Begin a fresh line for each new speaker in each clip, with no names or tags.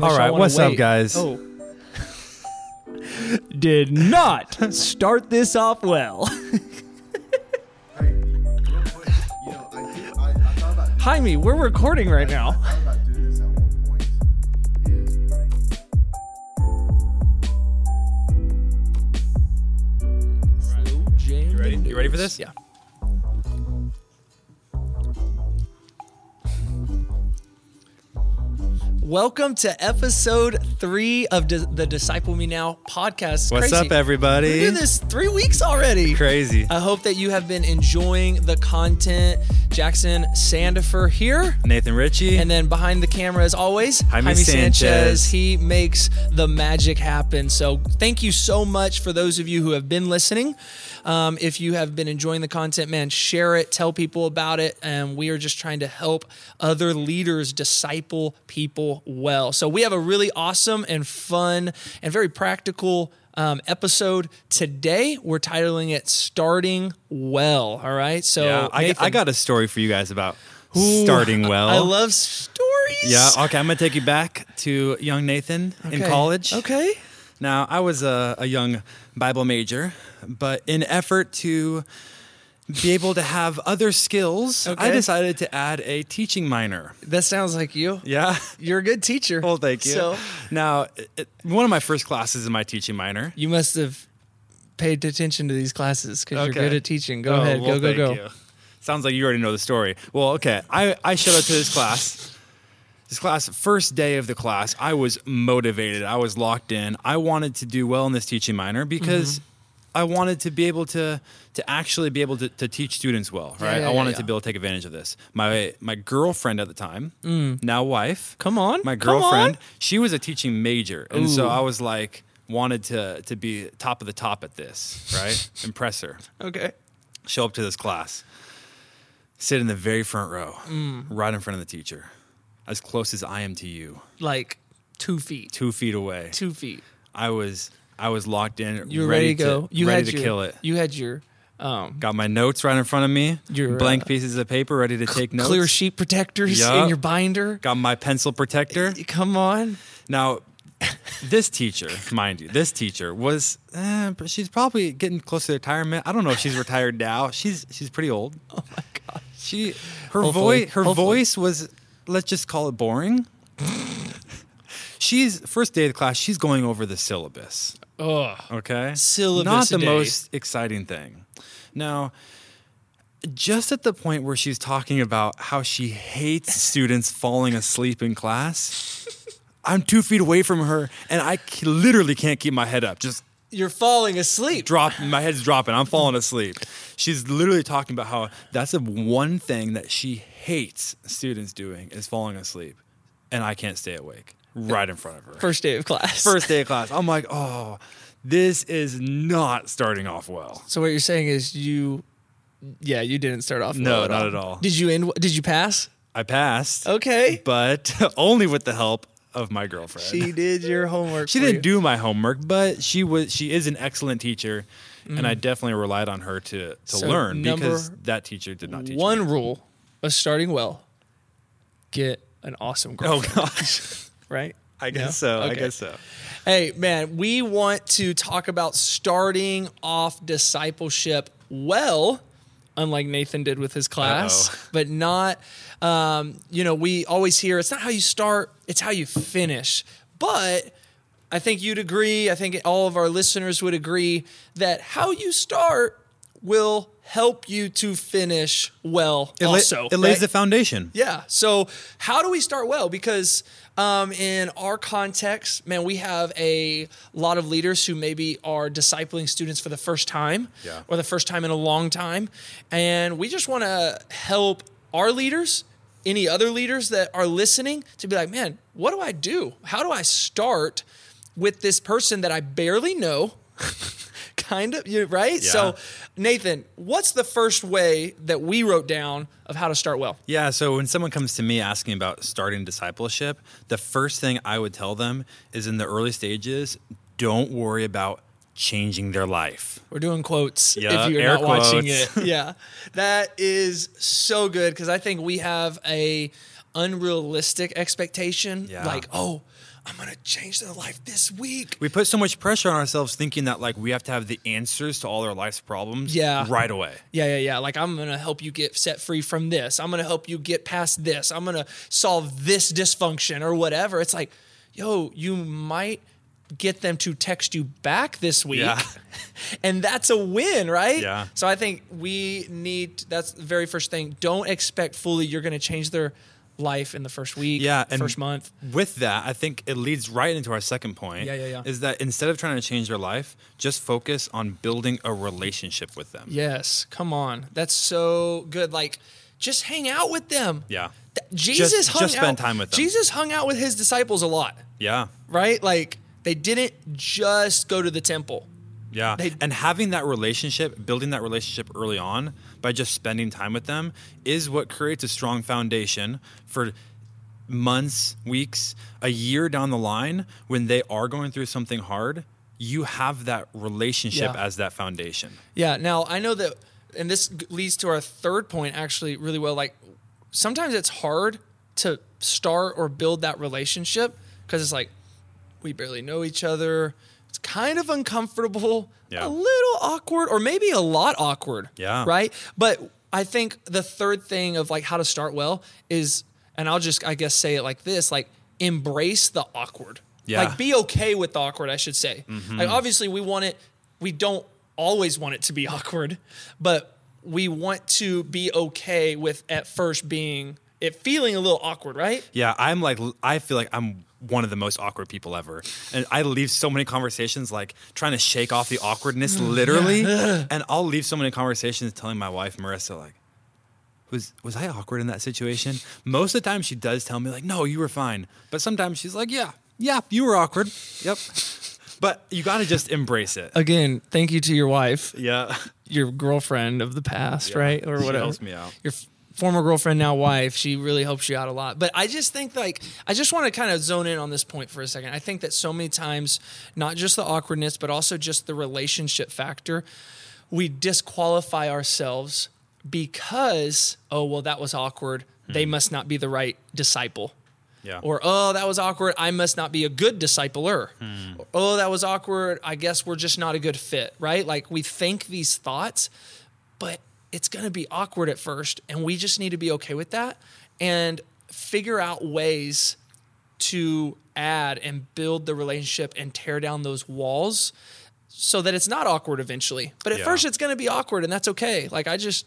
All
Unless y'all
right,
wanna
what's up,
wait.
guys?
Oh. Did not start this off well.
Hey, real quick, you know, I do, I, I thought about doing
Jaime, we're recording right now.
I thought about doing this at one point. Is
You
ready? You ready for this?
Yeah. Welcome to episode three of Di- the Disciple Me Now podcast.
What's
Crazy.
up, everybody?
We're doing this Uh, three weeks already.
Crazy.
I hope that you have been enjoying the content. Jackson Sandifer here.
Nathan Ritchie.
And then behind the camera, as always,
Jaime Sanchez.
He makes the magic happen. So thank you so much for those of you who have been listening. Um, if you have been enjoying the content, man, share it, tell people about it. And we are just trying to help other leaders disciple people well. So we have a really awesome and fun and very practical. Um, episode today, we're titling it Starting Well. All right. So
yeah, I, I
oh, Nathan,
got a story for you guys about starting well.
I love stories.
Yeah, okay, I'm gonna take you back to young Nathan in
Okay.
college.
Okay.
Now, I was a, a young Bible major, but in effort to be able to have other skills, I
Okay.
decided to add a teaching minor.
That sounds like you.
Yeah.
You're a good teacher.
Well, thank you.
So
now, it- it- one of my first classes in my teaching minor.
you must have paid attention to these classes because
Okay.
you're good at teaching. Go
Oh,
ahead.
well,
go, go,
thank
go.
you. Sounds like you already know the story. Well, okay. I, I showed up to this class. This class, first day of the class, I was motivated. I was locked in. I wanted to do well in this teaching minor because
Mm-hmm.
I wanted to be able to to actually be able to, to teach students well, right?
yeah, yeah,
I wanted
yeah.
to be able to take advantage of this. My my girlfriend at the time, now wife,
Mm. Come on.
my
Come on.
girlfriend, she was a teaching major, and so
Ooh.
I was like wanted to to be top of the top at this, right? Impress her
Okay.
show up to this class, sit in the very front row,
Mm.
right in front of the teacher, as close as I am to you,
Like two feet.
two feet away.
Two feet.
I was I was locked in.
You were ready, to go. you
ready
had
to
your,
kill it.
You had your um,
Got my notes right in front of me.
Your,
blank
uh,
pieces of paper, ready to take notes.
clear sheet protectors
Yeah.
in your binder.
Got my pencil protector.
Come on.
Now, this teacher, mind you, this teacher was eh, but she's probably getting close to retirement. I don't know if she's retired now. She's she's pretty old. Oh my gosh. She her
Hopefully.
voice her
Hopefully.
voice was let's just call it boring. she's first day of the class, she's going over the syllabus.
Ugh.
Okay.
Syllabus
Not the
day.
most exciting thing. Now, just at the point where she's talking about how she hates students falling asleep in class, I'm two feet away from her and I c- literally can't keep my head up. Just
You're falling asleep.
drop, my head's dropping. I'm falling asleep. She's literally talking about how that's the one thing that she hates students doing is falling asleep. And I can't stay awake right in front of her
First day of class.
first day of class. I'm like, oh, this is not starting off well.
So what you're saying is you, yeah, you didn't start off.
No,
well at
not
all.
at all.
Did you end? Did you pass?
I passed,
Okay.
but only with the help of my girlfriend.
She did your homework.
She didn't do my homework, but she was she is an excellent teacher, and I definitely relied on her to to
Mm. So
learn because
number
that teacher did not teach.
one
me.
rule of starting well. Get an awesome
Oh
girlfriend,
gosh,
right?
I guess
No?
so. I
Okay.
guess so.
Hey, man, we want to talk about starting off discipleship well, unlike Nathan did with his class,
Uh-oh.
but not, um, you know, we always hear it's not how you start, it's how you finish. But I think you'd agree, I think all of our listeners would agree that how you start will help you to finish well
It, la-
also.
it lays
right?
the foundation.
Yeah. So how do we start well? Because um, in our context, man, we have a lot of leaders who maybe are discipling students for the first time
Yeah.
or the first time in a long time. And we just want to help our leaders, any other leaders that are listening, to be like, man, what do I do? How do I start with this person that I barely know? kind of, you right? So, Nathan, what's the first way that we wrote down of how to start well?
Yeah, so when someone comes to me asking about starting discipleship, the first thing I would tell them is in the early stages, don't worry about changing their life.
We're doing quotes
Yeah,
if you're
air
not watching it.
quotes.
Yeah. That is so good because I think we have a unrealistic expectation.
Yeah.
Like, oh, I'm gonna change their life this week.
We put so much pressure on ourselves thinking that like we have to have the answers to all our life's problems
Yeah.
right away.
Yeah, yeah, yeah. Like I'm gonna help you get set free from this. I'm gonna help you get past this. I'm gonna solve this dysfunction or whatever. It's like, yo, you might get them to text you back this week.
Yeah.
and that's a win, right?
Yeah.
So I think we need that's the very first thing. Don't expect fully you're gonna change their life in the first week,
Yeah, and-
first month.
With that, I think it leads right into our second point.
Yeah, yeah, yeah.
Is that instead of trying to change their life, just focus on building a relationship with them.
Yes. Come on. That's so good. Like just hang out with them.
Yeah.
Th- Jesus
Just-
hung
just
out,
spend time with them.
Jesus hung out with his disciples a lot.
Yeah.
right? Like they didn't just go to the temple.
Yeah.
They-
and having that relationship, building that relationship early on by just spending time with them is what creates a strong foundation for months, weeks, a year down the line when they are going through something hard. You have that relationship
Yeah.
as that foundation.
Yeah. Now I know that, and this g- leads to our third point actually really well. Like sometimes it's hard to start or build that relationship because it's like we barely know each other. It's kind of uncomfortable,
Yeah.
a little awkward, or maybe a lot awkward.
Yeah.
Right. But I think the third thing of like how to start well is, and I'll just I guess say it like this: like embrace the awkward.
Yeah.
Like be okay with the awkward, I should say. Like obviously we want it. We don't always want it to be awkward, but we want to be okay with at first being it feeling a little awkward, right?
Yeah, I'm like I feel like I'm one of the most awkward people ever. And I leave so many conversations like trying to shake off the awkwardness literally. And I'll leave so many conversations telling my wife Marissa like was was I awkward in that situation? Most of the time she does tell me like no, you were fine. But sometimes she's like yeah, yeah, you were awkward. Yep. But you got to just embrace it.
Again, thank you to your wife,
Yeah.
your girlfriend of the past,
Yeah.
right? Or
She
whatever.
helps me out.
Your f- former girlfriend, now wife, she really helps you out a lot. But I just think like I just want to kind of zone in on this point for a second. I think that so many times, not just the awkwardness, but also just the relationship factor, we disqualify ourselves because, oh well, that was awkward.
Hmm.
They must not be the right disciple
Yeah.
or oh that was awkward i must not be a good discipler
Hmm.
Or, oh that was awkward i guess we're just not a good fit right like we think these thoughts but it's going to be awkward at first and we just need to be okay with that and figure out ways to add and build the relationship and tear down those walls so that it's not awkward eventually but at
Yeah.
first it's going to be awkward and that's okay like i just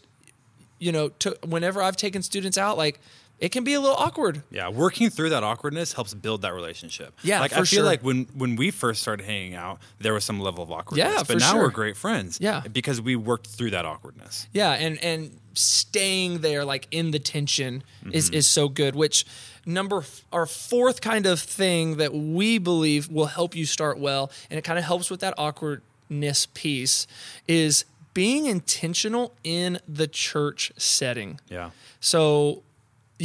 you know to, whenever i've taken students out like it can be a little awkward
Yeah, working through that awkwardness helps build that relationship.
Yeah,
like I
for
feel
sure.
like when when we first started hanging out, there was some level of awkwardness.
Yeah,
but
for
now
sure.
we're great friends.
Yeah.
because we worked through that awkwardness.
Yeah, and and staying there like in the tension is is so good. Which number f- our fourth kind of thing that we believe will help you start well, and it kind of helps with that awkwardness piece is being intentional in the church setting.
Yeah,
So,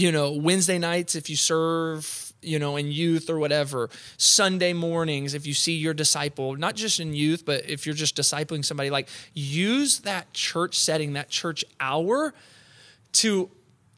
you know, Wednesday nights if you serve, you know, in youth or whatever, Sunday mornings if you see your disciple, not just in youth, but if you're just discipling somebody, like use that church setting, that church hour to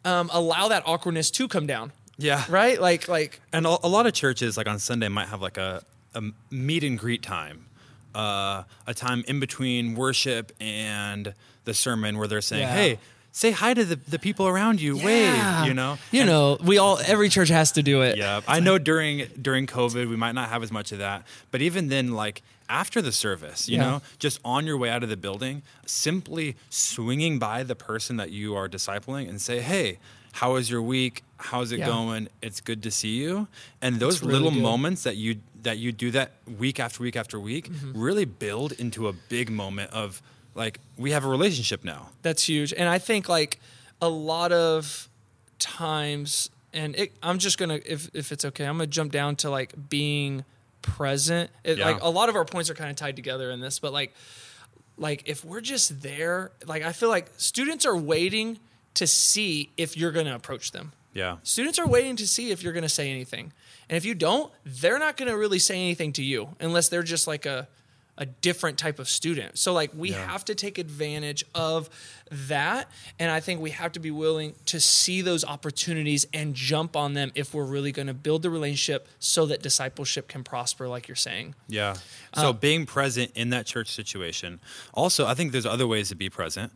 um, allow that awkwardness to come down.
yeah,
Right? Like, like,
And a, a lot of churches, like on Sunday, might have like a, a meet and greet time, uh, a time in between worship and the sermon where they're saying,
Yeah.
"Hey, say hi to the, the people around you, wave," you know,
you know, we all, every church has to do it.
Yeah, I know during during COVID we might not have as much of that, but even then, like after the service, you
Yeah.
know, just on your way out of the building, simply swinging by the person that you are discipling and say, "Hey, how was your week? How's it
Yeah.
going? It's good to see you." And those
really
little
good.
moments that you that you do that week after week after week
Mm-hmm.
really build into a big moment of like we have a relationship now.
That's huge. And I think like a lot of times and it, I'm just going to if if it's okay, I'm going to jump down to like being present. It,
Yeah.
Like a lot of our points are kind of tied together in this, but like like if we're just there, like I feel like students are waiting to see if you're going to approach them.
Yeah.
Students are waiting to see if you're going to say anything. And if you don't, they're not going to really say anything to you unless they're just like a a different type of student. So like we
Yeah.
have to take advantage of that and I think we have to be willing to see those opportunities and jump on them if we're really going to build the relationship so that discipleship can prosper like you're saying.
Yeah. So being present in that church situation. Also, I think there's other ways to be present,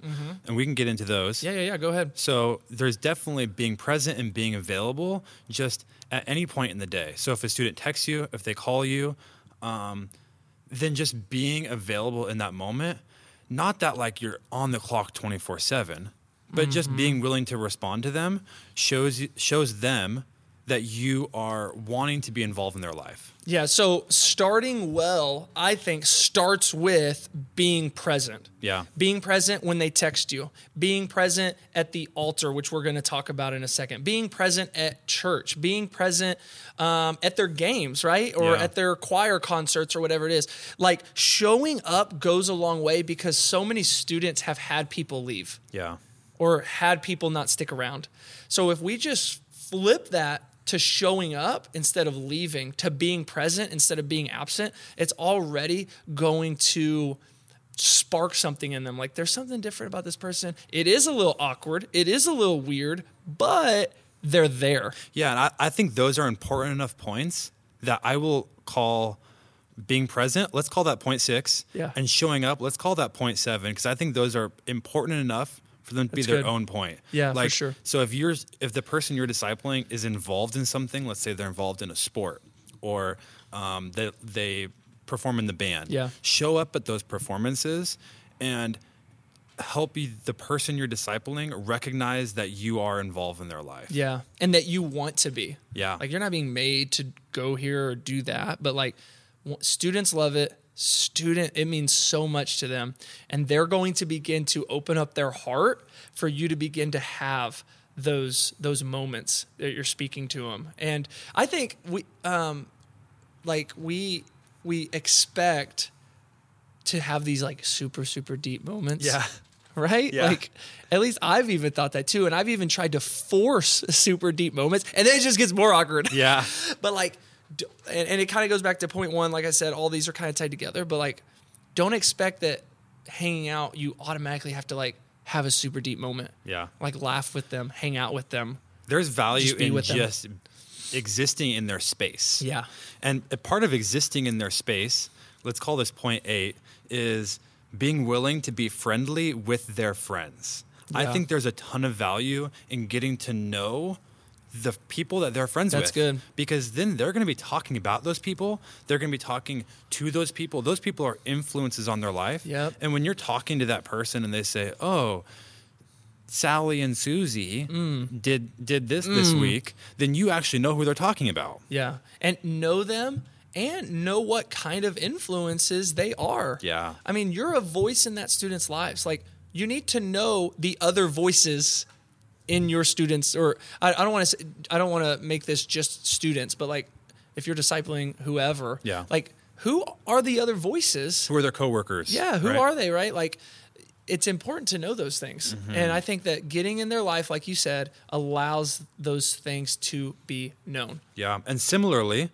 and we can get into those.
Yeah, yeah, yeah, go ahead.
So there's definitely being present and being available just at any point in the day. So if a student texts you, if they call you, um, then just being available in that moment. Not that like you're on the clock 24 seven, but just being willing to respond to them shows you- shows them that you are wanting to be involved in their life.
Yeah, so starting well, I think, starts with being present.
Yeah.
Being present when they text you, being present at the altar, which we're going to talk about in a second, being present at church, being present um, at their games, right? Or
Yeah.
at their choir concerts or whatever it is. Like showing up goes a long way because so many students have had people leave
Yeah.
or had people not stick around. So if we just flip that to showing up instead of leaving, to being present instead of being absent, it's already going to spark something in them. Like there's something different about this person. It is a little awkward, it is a little weird, but they're there.
Yeah, and I, I think those are important enough points that I will call being present, let's call that point six.
Yeah.
And showing up, let's call that point seven, because I think those are important enough for them to be
That's
their
good.
own point.
Yeah, for
like,
sure.
So if you're if the person you're discipling is involved in something, let's say they're involved in a sport or um, they they perform in the band.
Yeah.
Show up at those performances and help you, the person you're discipling recognize that you are involved in their life.
Yeah. And that you want to be.
Yeah.
Like you're not being made to go here or do that, but like w- students love it. Student, it means so much to them. And they're going to begin to open up their heart for you to begin to have those those moments that you're speaking to them. And I think we um like we we expect to have these like super super deep moments
Yeah.
right?
Yeah.
Like, at least I've even thought that too. And I've even tried to force super deep moments, and then it just gets more awkward.
Yeah.
but like, d- and, and it kind of goes back to point one. Like I said, all these are kind of tied together, but like, don't expect that hanging out, you automatically have to like have a super deep moment.
Yeah.
Like, laugh with them, hang out with them.
there's value
Just be
in
with them.
just existing in their space.
Yeah.
And a part of existing in their space, let's call this point eight, is being willing to be friendly with their friends. I
Yeah.
think there's a ton of value in getting to know the people that they're friends
That's
with.
good.
Because then they're going to be talking about those people. They're going to be talking to those people. Those people are influences on their life.
Yep.
And when you're talking to that person and they say, oh, Sally and Susie
Mm.
did did this this week, then you actually know who they're talking about.
Yeah. And know them and know what kind of influences they are.
Yeah.
I mean, you're a voice in that student's lives. Like, you need to know the other voices in your students or I, I don't want to I don't want to make this just students, but like if you're discipling whoever,
Yeah.
like who are the other voices
Who are their coworkers?
yeah, who
right?
are they, right? Like it's important to know those things.
Mm-hmm.
And I think that getting in their life, like you said, allows those things to be known.
Yeah, and similarly,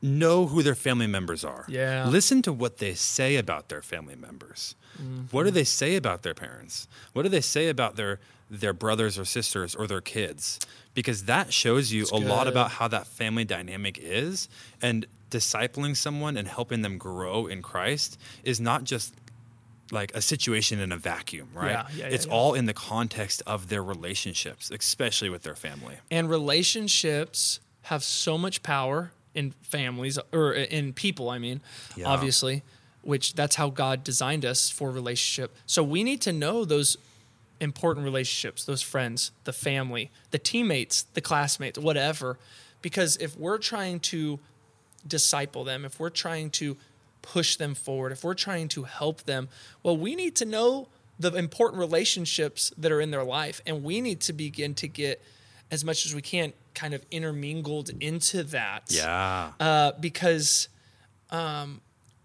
know who their family members are.
Yeah.
listen to what they say about their family members. What
Mm-hmm.
do they say about their parents? What do they say about their their brothers or sisters or their kids? Because that shows you a lot
good.
about how that family dynamic is, and discipling someone and helping them grow in Christ is not just like a situation in a vacuum, right?
Yeah, yeah, yeah,
it's
yeah.
all in the context of their relationships, especially with their family.
And relationships have so much power in families or in people, I mean,
Yeah.
obviously, which that's how God designed us for relationship. So we need to know those important relationships, those friends, the family, the teammates, the classmates, whatever. Because if we're trying to disciple them, if we're trying to push them forward, if we're trying to help them, well, we need to know the important relationships that are in their life. And we need to begin to get as much as we can kind of intermingled into that.
Yeah.
Uh, because um,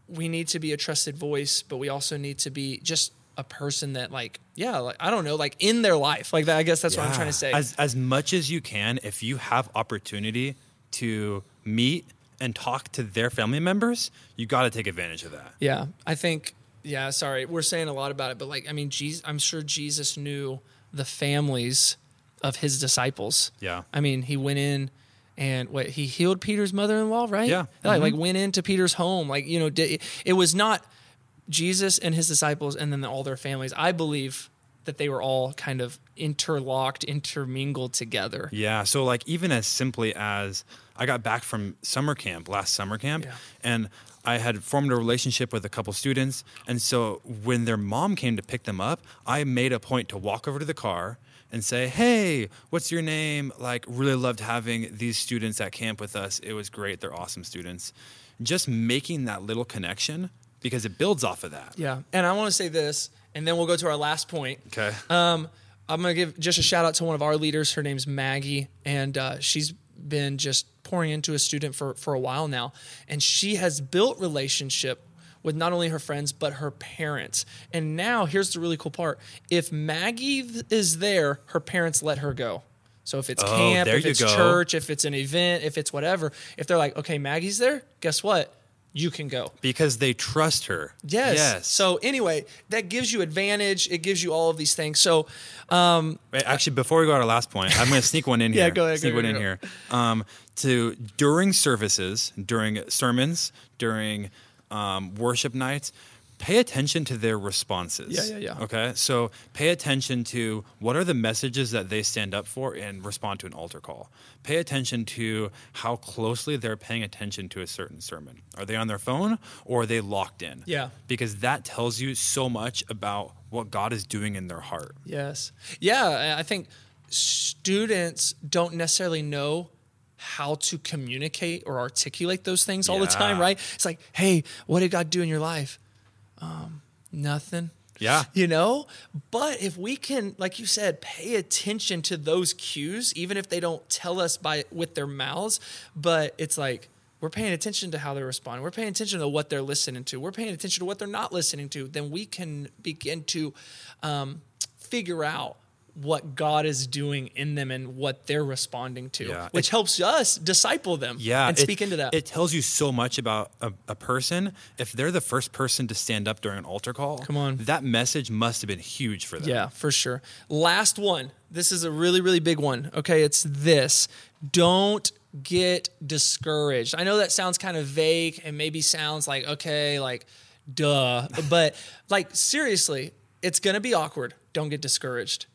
we need to be a trusted voice, but we also need to be just a person that, like, yeah, like, I don't know, like in their life. Like, that, I guess that's what I'm
Yeah.
trying to say.
As as much as you can, if you have opportunity to meet and talk to their family members, you got to take advantage of that.
Yeah, I think. Yeah, sorry, we're saying a lot about it, but like, I mean, Jesus, I'm sure Jesus knew the families of his disciples.
Yeah.
I mean, he went in and what he healed Peter's mother-in-law, right?
Yeah. Mm-hmm.
like, like went into Peter's home, like you know, did, it was not Jesus and his disciples, and then all their families. I believe that they were all kind of interlocked, intermingled together.
Yeah. So like even as simply as I got back from summer camp last summer camp
Yeah.
and I had formed a relationship with a couple students and so when their mom came to pick them up, I made a point to walk over to the car and say, "Hey, what's your name? Like really loved having these students at camp with us. It was great. They're awesome students." Just making that little connection because it builds off of that.
Yeah, and I want to say this, and then we'll go to our last point.
Okay.
Um, I'm gonna give just a shout out to one of our leaders. Her name's Maggie, and uh, she's been just pouring into a student for for a while now, and she has built relationship with not only her friends but her parents. And now here's the really cool part: if Maggie th- is there, her parents let her go. So if it's
Oh,
camp,
there
if
you
it's
go.
church, if it's an event, if it's whatever, if they're like, okay, Maggie's there, guess what? You can go.
because they trust her.
Yes.
Yes.
So anyway, that gives you advantage. It gives you all of these things. So
Wait, actually, before we go to our last point, I'm going to sneak one in
Yeah,
here.
go ahead, go,
Sneak
go,
one
go,
in
go.
here. Um, to during services, during sermons, during um, worship nights, pay attention to their responses.
Yeah, yeah, yeah.
Okay, so pay attention to what are the messages that they stand up for and respond to an altar call. Pay attention to how closely they're paying attention to a certain sermon. Are they on their phone or are they locked in?
Yeah.
because that tells you so much about what God is doing in their heart.
yes, yeah, I- I think students don't necessarily know how to communicate or articulate those things all the time.
Yeah.
Right? It's like, hey, what did God do in your life? Um, nothing.
Yeah.
You know, but if we can, like you said, pay attention to those cues, even if they don't tell us by with their mouths, but it's like we're paying attention to how they're responding. We're paying attention to what they're listening to. We're paying attention to what they're not listening to. Then we can begin to um, figure out what God is doing in them and what they're responding to,
Yeah.
which helps us disciple them.
Yeah,
and
it-
speak into that.
It tells you so much about a, a person. If they're the first person to stand up during an altar call, come
on.
that message must have been huge for them.
Yeah, for sure. Last one. This is a really, really big one. Okay, it's this. Don't get discouraged. I know that sounds kind of vague and maybe sounds like, okay, like, duh. But like, seriously, it's going to be awkward. Don't get discouraged.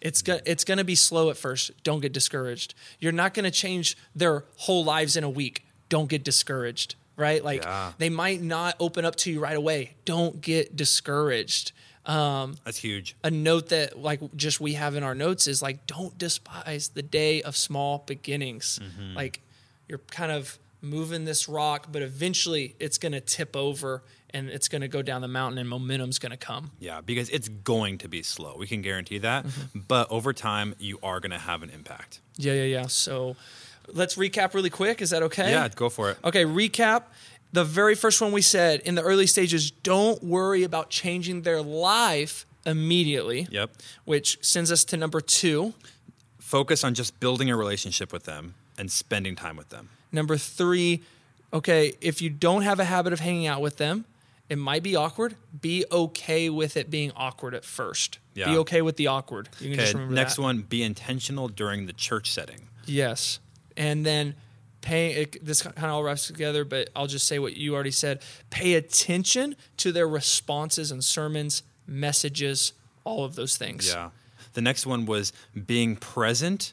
It's gonna it's gonna be slow at first. Don't get discouraged. You're not gonna change their whole lives in a week. Don't get discouraged. Right? Like
Yeah.
they might not open up to you right away. Don't get discouraged
that's huge.
a note that like just we have in our notes is like don't despise the day of small beginnings like you're kind of moving this rock but eventually it's going to tip over and it's going to go down the mountain and momentum's going to come
Yeah, because it's going to be slow. We can guarantee that.
Mm-hmm.
But over time, you are going to have an impact.
yeah yeah yeah so let's recap really quick is that okay
Yeah, go for it.
Okay, recap. The very first one we said in the early stages don't worry about changing their life immediately.
Yep.
Which sends us to number two.
Focus on just building a relationship with them and spending time with them.
Number three, okay, if you don't have a habit of hanging out with them, it might be awkward. Be okay with it being awkward at first.
Yeah.
Be okay with the awkward. You can
Okay,
just remember
next
that.
one be intentional during the church setting.
Yes. And then pay it, this kind of all wraps together, but I'll just say what you already said. Pay attention to their responses and sermons, messages, all of those things.
Yeah. The next one was being present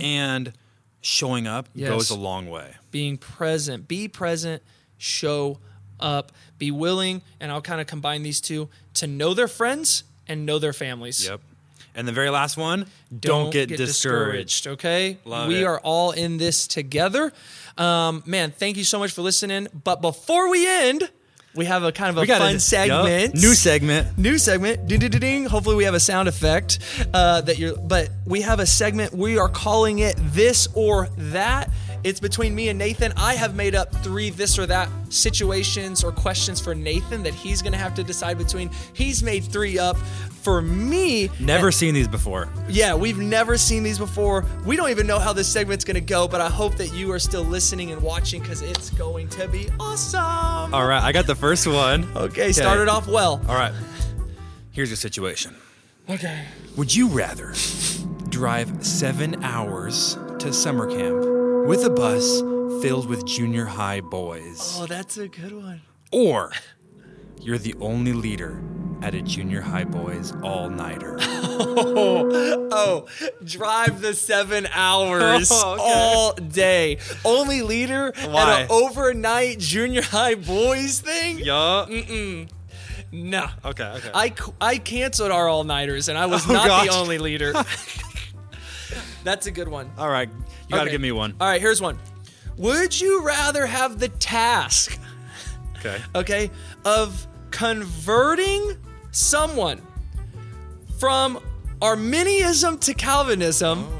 and showing up
Mm-hmm. Yes.
goes a long way.
being present. Be present, show up, be willing, and I'll kind of combine these two to know their friends and know their families.
Yep. And the very last one, don't, get, discouraged.
Okay,
Love
we
it.
are all in this together. Um, man, thank you so much for listening. But before we end, we have a kind of a fun segment,
New segment.
new segment. Ding, ding, ding, ding. Hopefully, we have a sound effect uh, that you're. But we have a segment. We are calling it this or that, It's between me and Nathan. I have made up three this or that situations or questions for Nathan that he's going to have to decide between. He's made three up. For me,
Never seen these before.
yeah, we've never seen these before. We don't even know how this segment's going to go, but I hope that you are still listening and watching because it's going to be awesome.
All right, I got the first one.
Okay, started off well.
All right. Here's your situation.
Okay.
Would you rather drive seven hours to summer camp with a bus filled with junior high boys?
Oh, that's a good one.
Or you're the only leader at a junior high boys all nighter?
Oh, drive the seven hours
Oh, okay.
all day. Only leader at
Why?
an overnight junior high boys thing?
yeah.
No.
Okay, okay.
I, c- I canceled our all nighters and I was
Oh,
not the
gosh.
only leader. that's a good one.
all right, you gotta
Okay.
give me one.
All right, here's one. Would you rather have the task,
Okay.
okay, of converting someone from Arminianism to Calvinism
Oh.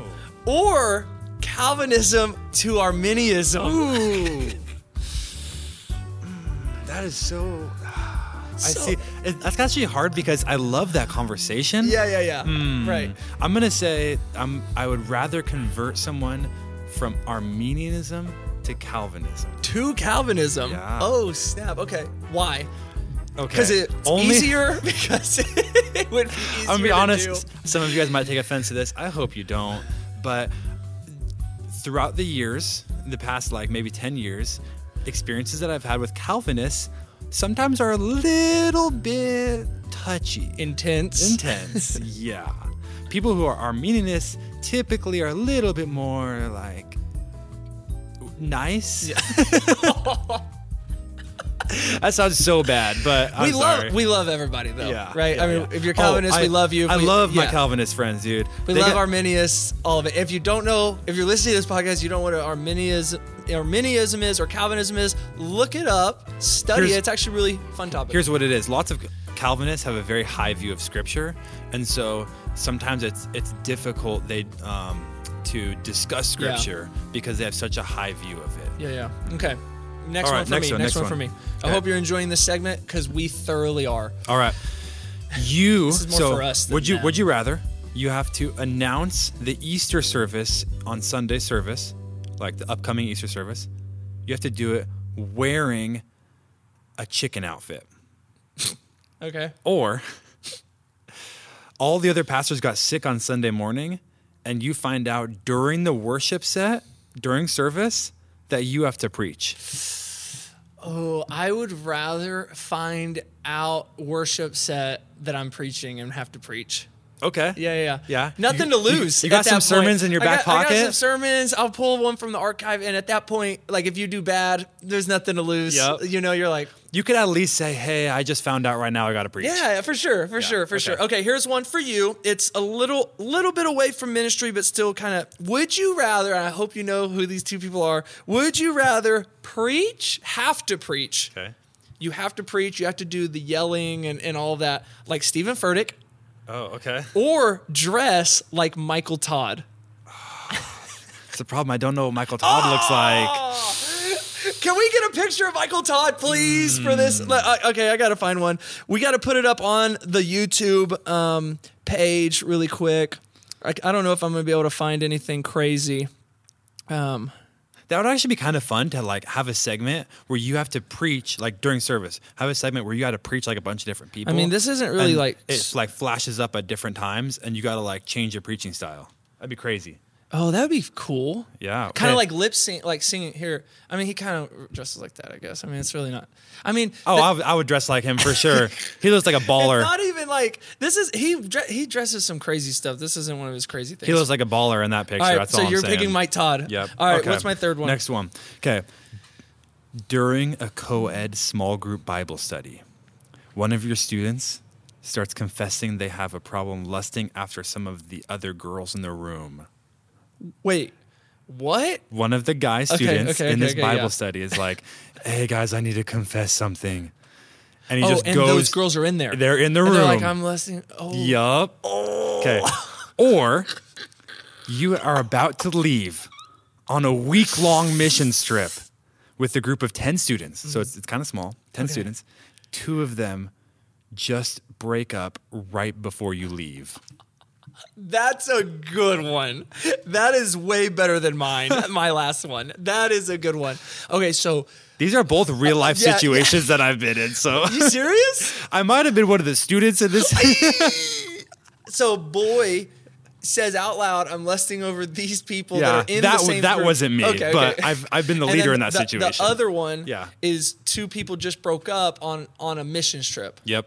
or Calvinism to Arminianism?
Ooh. that is so. I
So-
see. It, that's actually hard because I love that conversation.
Yeah, yeah, yeah. Hmm. Right.
I'm gonna say I'm. I would rather convert someone from Armenianism to Calvinism.
To Calvinism.
Yeah.
Oh, snap. Okay. Why?
Okay.
Because it's easier? Because it would be easier.
I'm gonna be
to
honest.
do.
s- Some of you guys might take offense to this. I hope you don't. But throughout the years, the past like maybe 10 years, experiences that I've had with Calvinists sometimes are a little bit touchy.
Intense.
intense. yeah. People who are Armenianists typically are a little bit more like nice. that sounds so bad, but I'm
we love
sorry.
we love everybody though,
yeah,
Oh, right?
yeah,
I mean,
yeah.
if you're
Oh,
Calvinist,
I-
we love you. If
I
we-
love my
yeah.
Calvinist friends, dude.
We
They
love
got-
Arminius, all of it. If you don't know, if you're listening to this podcast, you don't know what Arminius, Arminianism is or Calvinism is, look it up, study
Here's-
it. It's actually a really fun topic.
Here's what it is. Lots of Calvinists have a very high view of Scripture, and so sometimes it's it's difficult they um, to discuss
Yeah.
Scripture because they have such a high view of it.
yeah, yeah. Okay. Next
All right,
one for
next
me.
one,
next
next
one, for
one.
me. I
Okay.
hope you're enjoying this segment because we thoroughly are.
All right. You
This is more
so
for us than
would you
them.
would you rather you have to announce the Easter service on Sunday service, like the upcoming Easter service. You have to do it wearing a chicken outfit.
Okay.
Or all the other pastors got sick on Sunday morning and you find out during the worship set, during service that you have to preach.
Oh, I would rather find out worship set that I'm preaching and have to preach.
Okay.
Yeah, yeah, yeah.
Yeah.
Nothing
You-
to lose.
you got
at
some
that
sermons
point.
in your
I
back
got- I got some
pocket?
sermons. I'll pull one from the archive, and at that point, like if you do bad, there's nothing to lose.
Yep.
You know, you're like,
You could at least say, "Hey, I just found out right now I got to preach."
yeah, for sure, for sure, for
okay.
sure. Okay, here's one for you. It's a little, little bit away from ministry, but still kind of. Would you rather? And I hope you know who these two people are. Would you rather preach? Have to preach.
Okay.
You have to preach. You have to do the yelling and and all that, like Stephen Furtick,
Oh, okay.
or dress like Michael Todd.
It's the problem. I don't know what Michael Todd
Oh.
looks like.
Can we get a picture of Michael Todd, please, for this?
Mm.
Le- uh, Okay, I gotta find one. We gotta put it up on the YouTube um, page really quick. I, I don't know if I'm gonna be able to find anything crazy. Um,
That would actually be kind of fun to like have a segment where you have to preach like during service. Have a segment where you got to preach like a bunch of different people.
I mean, this isn't really
and
like.
it like flashes up at different times, and you got to like change your preaching style. That'd be crazy.
oh, that'd be cool.
Yeah.
Kind of
Okay.
like lip sync, like singing here. I mean, he kind of dresses like that, I guess. I mean, it's really not. I mean,
Oh,
the-
I would- I would dress like him for sure. he looks like a baller.
it's not even like this is he. dre- He dresses some crazy stuff. This isn't one of his crazy things.
he looks like a baller in that picture.
all right,
That's
so
all I'm
you're
saying.
picking Mike Todd.
Yep.
All right,
Okay.
what's my third one?
Next one. Okay. During a co ed small group Bible study, one of your students starts confessing they have a problem lusting after some of the other girls in the room.
Wait, what?
One of the guy students
okay,
in this
okay,
Bible
yeah.
study is like, hey guys, I need to confess something. And he
oh,
just
and
goes,
those girls are in there.
they're in the
And
room.
They're like, I'm listening. Oh,
Yup. Okay. Or you are about to leave on a week long mission strip with a group of 10 students. So it's, it's kind of small 10 students. Two of them just break up right before you leave.
That's a good one. That is way better than mine. my last one. That is a good one. Okay, so
These are both real life
yeah, yeah.
situations that I've been in. So
you serious?
I might have been one of the students in this.
so boy says out loud, "I'm lusting over these people
yeah,
that are in
that,
the
w-
same."
that
group."
wasn't me,
Okay,
but
okay.
I've, I've been the
And
leader
then
in that
the-
situation.
The other one
Yeah.
is two people just broke up on on a mission trip.
yep.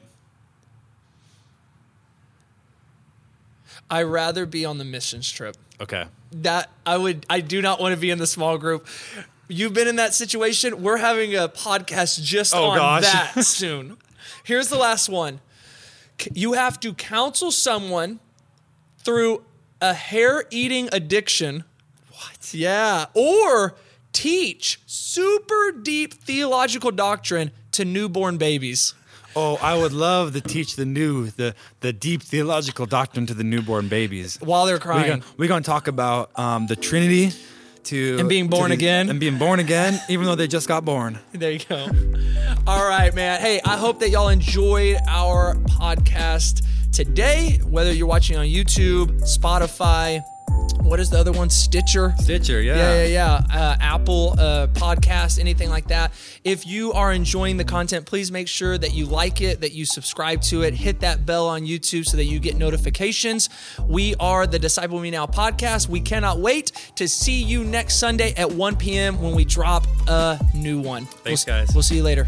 I rather be on the missions trip.
Okay.
That I would I do not want to be in the small group. You've been in that situation. We're having a podcast just
Oh,
on
gosh.
that soon. Here's the last one. C- You have to counsel someone through a hair-eating addiction. What? Yeah, or teach super deep theological doctrine to newborn babies.
Oh, I would love to teach the new, the the deep theological doctrine to the newborn babies.
While they're
We're
crying.
gonna, we gonna talk about um, the Trinity, to
And being
to
born
the-
again.
and being born again, even though they just got born.
There you go. All right, man. Hey, I hope that y'all enjoyed our podcast today, whether you're watching on YouTube, Spotify, what is the other one? Stitcher.
Stitcher, yeah.
Yeah, yeah, yeah. Uh, Apple uh, podcast, anything like that. If you are enjoying the content, please make sure that you like it, that you subscribe to it, hit that bell on YouTube so that you get notifications. We are the Disciple Me Now podcast. We cannot wait to see you next Sunday at 1 p.m. when we drop a new one.
Thanks,
We'll-
guys.
We'll see you later.